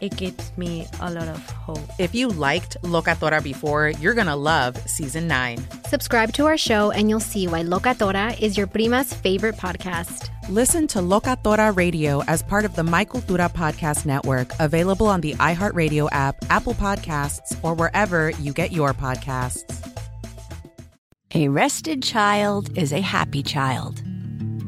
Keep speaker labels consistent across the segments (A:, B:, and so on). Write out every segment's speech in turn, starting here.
A: it gives me a lot of hope.
B: If you liked Locatora before, you're going to love season 9.
C: Subscribe to our show and you'll see why Locatora is your prima's favorite podcast.
B: Listen to Locatora Radio as part of the Michael Dura Podcast Network, available on the iHeartRadio app, Apple Podcasts, or wherever you get your podcasts.
D: A rested child is a happy child.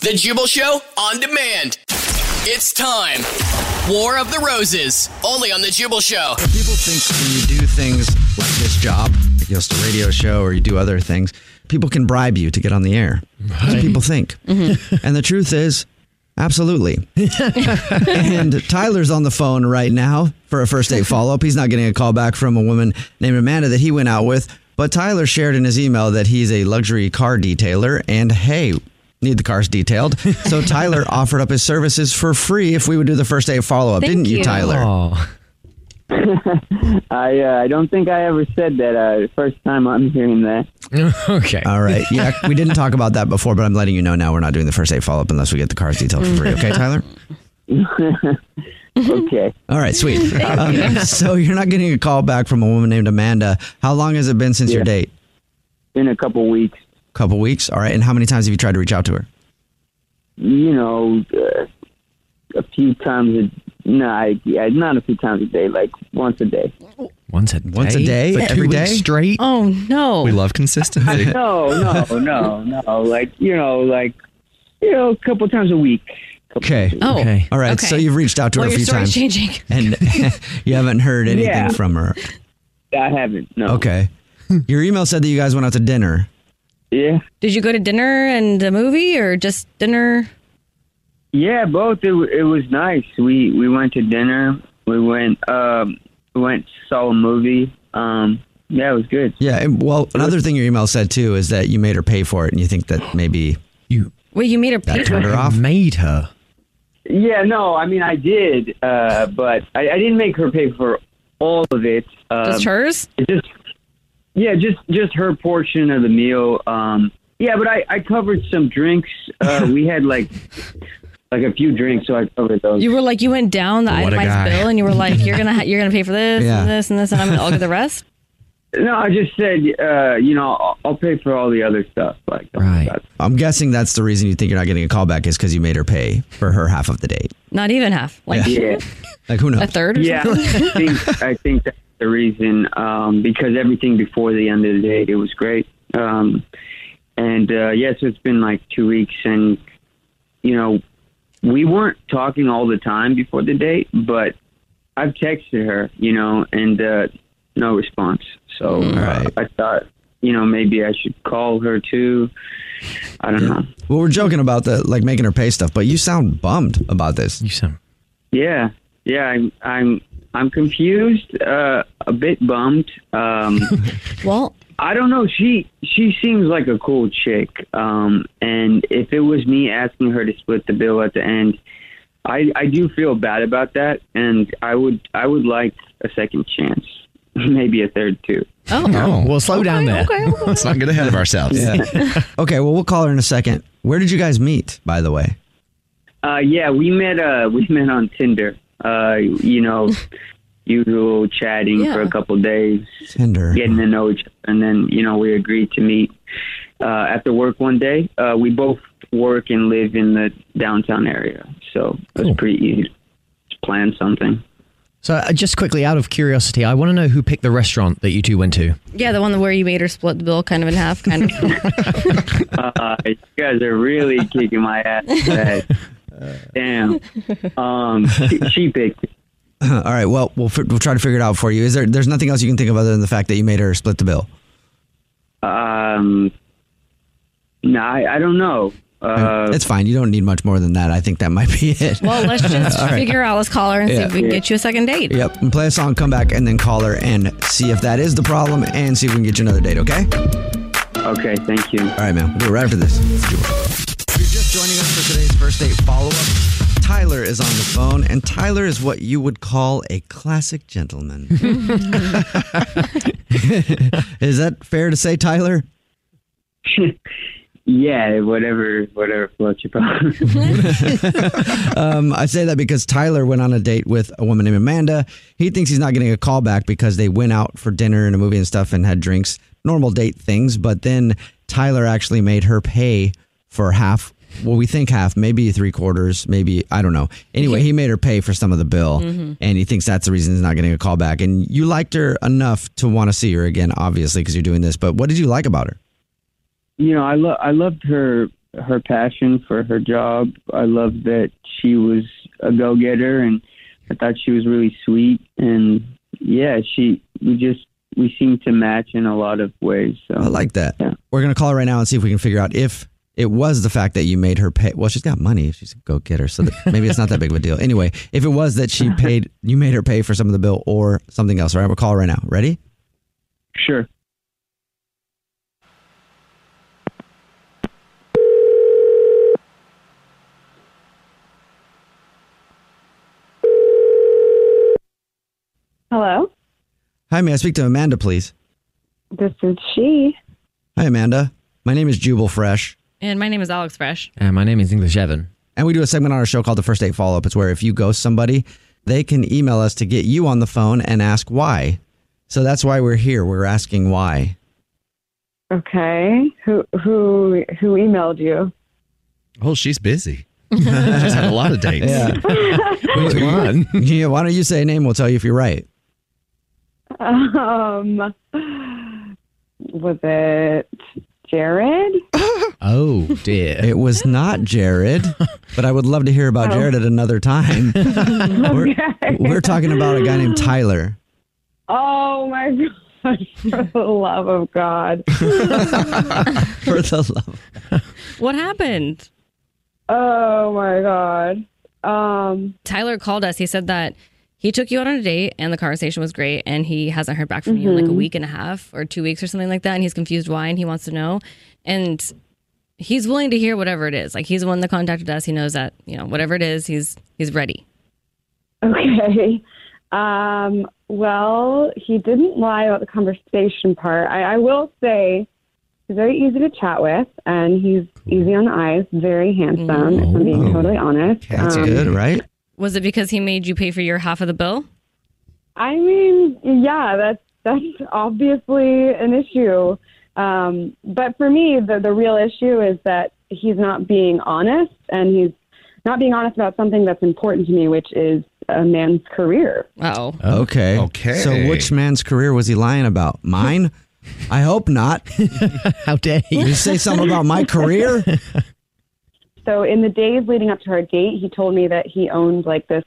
E: The Jubal Show on demand. It's time. War of the Roses, only on The Jubal Show.
F: People think when you do things like this job, like you host a radio show or you do other things, people can bribe you to get on the air. That's what people think. And the truth is, absolutely. and Tyler's on the phone right now for a first date follow up. He's not getting a call back from a woman named Amanda that he went out with. But Tyler shared in his email that he's a luxury car detailer. And hey, need the cars detailed. So Tyler offered up his services for free if we would do the first date follow up. Didn't you, Tyler?
G: I uh, I don't think I ever said that. Uh, first time I'm hearing that.
H: okay.
F: All right. Yeah, we didn't talk about that before, but I'm letting you know now we're not doing the first date follow up unless we get the cars detailed for free. Okay, Tyler?
G: okay,
F: All right, sweet. Um, so you're not getting a call back from a woman named Amanda. How long has it been since your
G: Yeah.
F: date?
G: in a couple weeks,
F: couple weeks. All right. And how many times have you tried to reach out to her?
G: you know, uh, a few times a no, I, yeah, not a few times a day, like once a day.
H: Once a day.
F: Once a day?
H: For two
F: Every
H: weeks
F: day?
H: straight.
A: Oh no.
H: We love consistency.
G: No, no, no, no. Like you know, like you know, a couple times a week. Couple
F: Okay.
A: Oh,
H: Okay.
F: All right.
A: okay.
F: So you've reached out to
A: well,
F: her a
A: your
F: few
A: story's
F: times
A: changing.
F: and you haven't heard anything
G: Yeah.
F: from her.
G: I haven't. No.
F: Okay. Your email said that you guys went out to dinner.
G: Yeah.
A: Did you go to dinner and a movie, or just dinner?
G: Yeah, both. It, w- it was nice. We we went to dinner. We went um we went saw a movie. Um yeah, it was good.
F: Yeah. And, well, another thing your email said too is that you made her pay for it and you think that maybe
H: You
A: Wait, you made her pay
F: that
A: for
F: turned
A: it.
F: her off.
H: made her.
G: Yeah, no, I mean I did, uh but I, I didn't make her pay for all of it. Um,
A: Just hers?
G: it just yeah, just just her portion of the meal. Um yeah, but I I covered some drinks. Uh we had like like a few drinks, so I covered those.
A: You were like, you went down the
H: What a guy.
A: itemized bill, and you were like, you're gonna ha- you're gonna pay for this
F: Yeah.
A: and this and this, and I'm gonna I'll get the rest.
G: no, I just said uh you know, I'll, I'll pay for all the other stuff like
H: Right.
F: I'm guessing that's the reason you think you're not getting a call back is because you made her pay for her half of the date.
A: Not even half, like
G: Yeah.
F: Like, who knows?
A: a third. Or
G: Yeah,
A: something?
G: I think, I think that's the reason um, because everything before the end of the day, it was great. Um, and uh, yes, it's been like two weeks, and you know, we weren't talking all the time before the date, but I've texted her, you know, and uh, no response. So uh,
F: Right.
G: I thought, you know, maybe I should call her too. I don't know.
F: Well, we're joking about the like making her pay stuff, but you sound bummed about this.
H: You sound.
G: Yeah,
D: yeah, I'm I'm I'm confused, uh, a bit bummed. Um,
I: well,
D: I don't know. She she seems like a cool chick, um, and if it was me asking her to split the bill at the end, I I do feel bad about that, and I would I would like a second chance, maybe a third too.
I: Oh,
F: Oh.
J: well, slow down there. Let's not get ahead of ourselves.
F: okay, well, we'll call her in a second. Where did you guys meet, by the way?
D: Uh, yeah, we met. Uh, we met on Tinder. Uh, you know, usual chatting for
F: Yeah.
D: a couple days,
F: Tinder,
D: getting to know each, other, and then you know we agreed to meet uh, after work one day. Uh, we both work and live in the downtown area, so it was pretty easy to plan something.
J: So, uh, just quickly, out of curiosity, I want to know who picked the restaurant that you two went to.
K: Yeah, the one where you made her split the bill kind of in half, kind of.
D: uh, you guys are really kicking my ass. Today. Damn. Um, she, she picked.
F: All right. Well, we'll fi- we'll try to figure it out for you. Is there? There's nothing else you can think of other than the fact that you made her split the bill.
D: Um, no, I, I don't know. Uh,
F: it's fine. You don't need much more than that. I think that might be it.
K: Well, let's just
F: All right.
K: figure out. Let's call her and see
F: Yeah.
K: if we can get you a second date.
F: Yep. And play a song, come back, and then call her and see if that is the problem, and see if we can get you another date. Okay.
D: Okay. Thank you. All
F: right, man. We'll do it right after this. You're just joining us for today's first date follow up. Tyler is on the phone, and Tyler is what you would call a classic gentleman. is that fair to say, Tyler?
D: yeah, whatever, whatever floats your boat.
F: um, I say that because Tyler went on a date with a woman named Amanda. He thinks he's not getting a call back because they went out for dinner and a movie and stuff and had drinks, normal date things. But then Tyler actually made her pay for half. Well, we think half, maybe three quarters, maybe I don't know. Anyway, he made her pay for some of the bill,
L: Mhm.
F: and he thinks that's the reason he's not getting a call back. And you liked her enough to want to see her again, obviously, because you're doing this. But what did you like about her?
D: you know, I love I loved her her passion for her job. I loved that she was a go getter, and I thought she was really sweet. And yeah, she we just we seem to match in a lot of ways. So I
F: like that. We're gonna call her right now and see if we can figure out if it was the fact that you made her pay. Well, she's got money. She's a go getter, so that maybe it's not that big of a deal. Anyway, if it was that she paid, you made her pay for some of the bill or something else. All right, we'll call her right now. Ready?
D: Sure.
A: Hello,
F: Hi, may I speak to Amanda, please?
A: this is she.
F: Hi, Amanda. My name is Jubal Fresh.
K: And my name is Alex Fresh.
F: And my name is English Evan. And we do a segment on our show called The First Date Follow Up. It's where if you ghost somebody, they can email us to get you on the phone and ask why. So that's why we're here. We're asking why.
A: Okay, who who who emailed you?
J: Oh, she's busy. She's had a lot of dates.
F: Yeah. yeah, why don't you say a name? We'll tell you if you're right.
A: Um, was it Jared?
F: Oh dear. It was not Jared, but I would love to hear about
A: Oh.
F: Jared at another time. we're,
A: Okay.
F: we're talking about a guy named Tyler.
A: Oh my gosh! For the love of God,
F: For the love.
K: What happened?
A: Oh my god. Um
K: Tyler called us. He said that he took you out on a date and the conversation was great and he hasn't heard back from you in like a
A: Mhm.
K: week and a half or 2 weeks or something like that and he's confused why and he wants to know and he's willing to hear whatever it is. Like he's the one that contacted us. He knows that, you know, whatever it is, he's he's ready.
A: Okay. Um, well, he didn't lie about the conversation part. I, I will say he's very easy to chat with, and he's easy on the eyes, very handsome, if I'm being totally honest.
F: That's
A: Um,
F: good, right?
K: Was it because he made you pay for your half of the bill?
A: I mean, yeah, that's that's obviously an issue. Um, but for me, the the real issue is that he's not being honest, and he's not being honest about something that's important to me, which is a man's career.
K: Oh.
F: Okay.
J: Okay.
F: So which man's career was he lying about? Mine? I hope not. How dare
A: you.
F: You say something about my career?
A: So in the days leading up to our date, he told me that he owned like this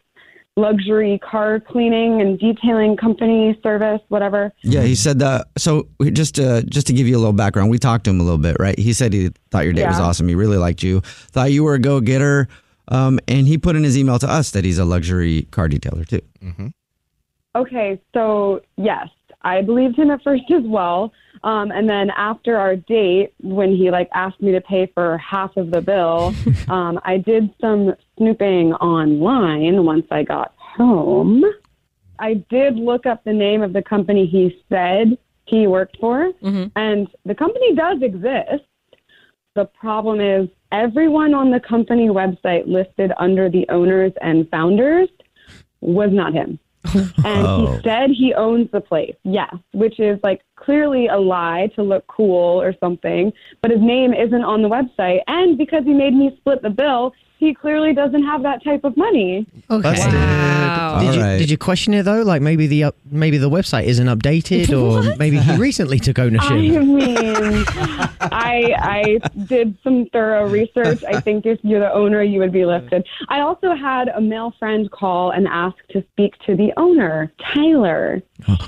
A: luxury car cleaning and detailing company service, whatever.
F: Yeah, he said that. So we- just to just to give you a little background, we talked to him a little bit, right? He said he thought your date was
A: Yeah.
F: awesome. He really liked you, thought you were a go getter, Um, and he put in his email to us that he's a luxury car detailer too. Mm-hmm.
A: Okay, so yes, I believed him at first as well. Um, and then after our date, when he like asked me to pay for half of the bill, um, I did some snooping online once I got home. I did look up the name of the company he said he worked for, and the company does exist. The problem is everyone on the company website listed under the owners and founders was not him. And
L: Oh.
A: he said he owns the place, yes, which is like clearly a lie to look cool or something. But his name isn't on the website. And because he made me split the bill, he clearly doesn't have that type of money.
J: Busted. Did, you, did you question it though? Like maybe the up, maybe the website isn't updated, or maybe he recently took
A: I
J: ownership.
A: mean, I I did some thorough research. I think if you're the owner, you would be listed. I also had a male friend call and ask to speak to the owner, Tyler.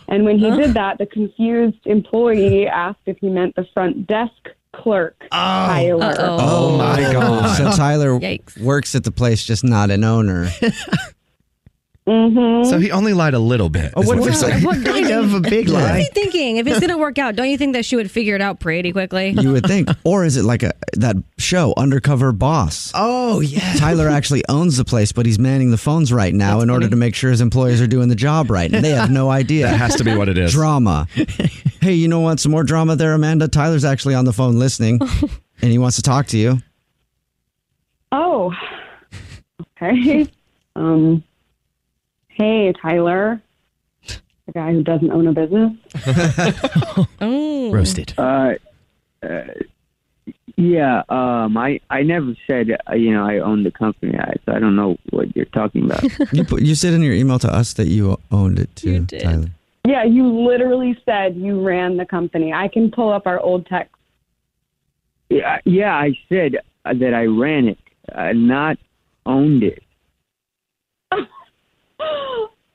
A: And when he did that, the confused employee asked if he meant the front desk clerk, Tyler.
F: Oh my God! So Tyler
A: Yikes.
F: works at the place, just not an owner.
A: Mm-hmm.
H: he only lied a little bit.
F: Oh, what if it's like
K: What
F: kind of a big
K: What is
F: lie?
K: he thinking? If it's gonna work out, don't you think that she would figure it out pretty quickly?
F: You would think, or is it like a that show, Undercover Boss? Oh yeah. Tyler actually owns the place, but he's manning the phones right now in order to make sure his employees are doing the job right, and they have no idea.
H: That has to be what it is.
F: Drama. hey, you know what? Some more drama there, Amanda. Tyler's actually on the phone listening, and he wants to talk to you.
A: Oh, okay. Um, hey, Tyler, the guy who doesn't own a business.
J: Roasted.
D: Uh, uh, yeah, um, I I never said uh, you know I own the company, I, so I don't know what you're talking about.
F: You, put, you said in your email to us that you owned it too, Tyler.
A: Yeah, you literally said you ran the company. I can pull up our old text.
D: yeah, yeah, I said uh, that I ran it, uh, not owned it.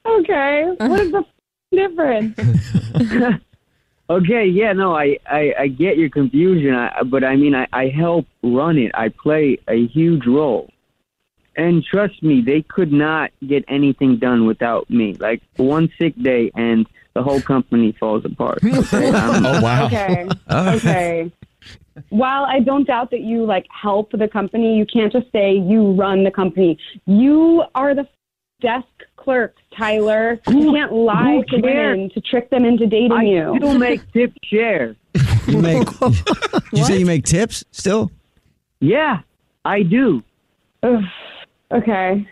A: okay, what is the f- difference?
D: Okay, yeah, no, I, I, I get your confusion, I, but I mean, I, I help run it. I play a huge role. And trust me, they could not get anything done without me. Like one sick day, and the whole company falls apart. Okay, I'm-
A: Okay. okay. While I don't doubt that you like help the company, you can't just say you run the company. You are the f- desk clerk, Tyler. You can't lie to
D: who
A: women
D: cares?
A: to trick them into dating
D: I
A: you.
D: still make tip share.
F: You make? you say you make tips still?
D: Yeah, I do.
A: okay.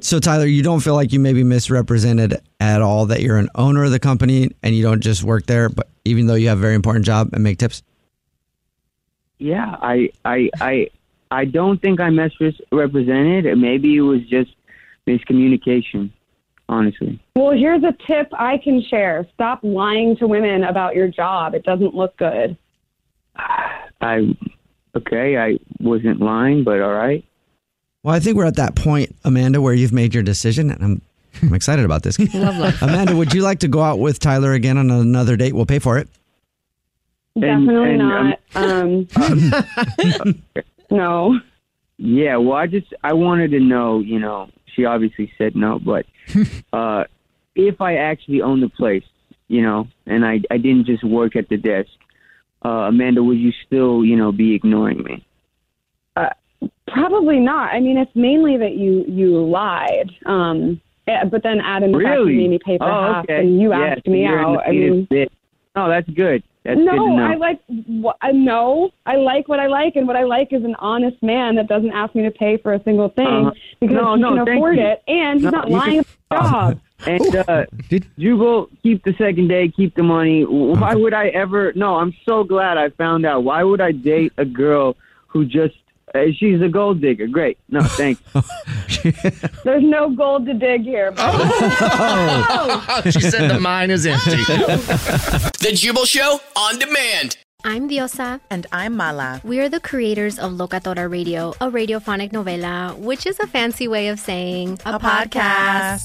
F: So Tyler, you don't feel like you may be misrepresented at all that you're an owner of the company and you don't just work there, but even though you have a very important job and make tips.
D: Yeah, I, I, I, I don't think I misrepresented. Maybe it was just miscommunication. Honestly.
A: Well, here's a tip I can share. Stop lying to women about your job. It doesn't look good.
D: I okay, I wasn't lying, but all right.
F: Well, I think we're at that point, Amanda, where you've made your decision, and I'm I'm excited about this.
D: Love life.
F: Amanda, would you like to go out with Tyler again on another date? We'll pay for it.
A: Definitely
D: and,
A: not. Um, no.
D: Yeah, well, I just I wanted to know, you know, she obviously said no, but uh if I actually own the place, you know, and I I didn't just work at the desk, uh Amanda, would you still, you know, be ignoring me?
A: Uh, Probably not. I mean, it's mainly that you you lied. Um, eh, but then adding the fact you
D: really?
A: made me pay for
D: oh,
A: half
D: okay.
A: and you
D: Yeah,
A: asked
D: so
A: me
D: you're in
A: out.
D: the
A: I mean,
D: fetus bit. No, that's good. That's good to
A: no,
D: know.
A: I like wh- I no, I like what I like, and what I like is an honest man that doesn't ask me to pay for a single thing
D: Uh-huh.
A: because
D: No,
A: he
D: no,
A: can
D: thank
A: afford
D: you.
A: it, and he's
D: No,
A: not
D: you
A: lying.
D: can- And uh, did Jubal keep the second day? Keep the money. Why would I ever? No, I'm so glad I found out. Why would I date a girl who just uh, she's a gold digger? Great. No, thanks.
A: There's no gold to dig here.
E: She said the
J: mine is empty.
E: The Jubal Show on demand.
C: I'm Diosa.
M: And I'm Mala.
C: We are the creators of Locatora Radio, a radiophonic novela, which is a fancy way of saying
M: A podcast.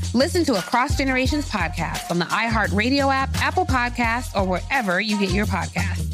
D: Listen to a Cross Generations podcast on the iHeartRadio app, Apple Podcasts, or wherever you get your podcasts.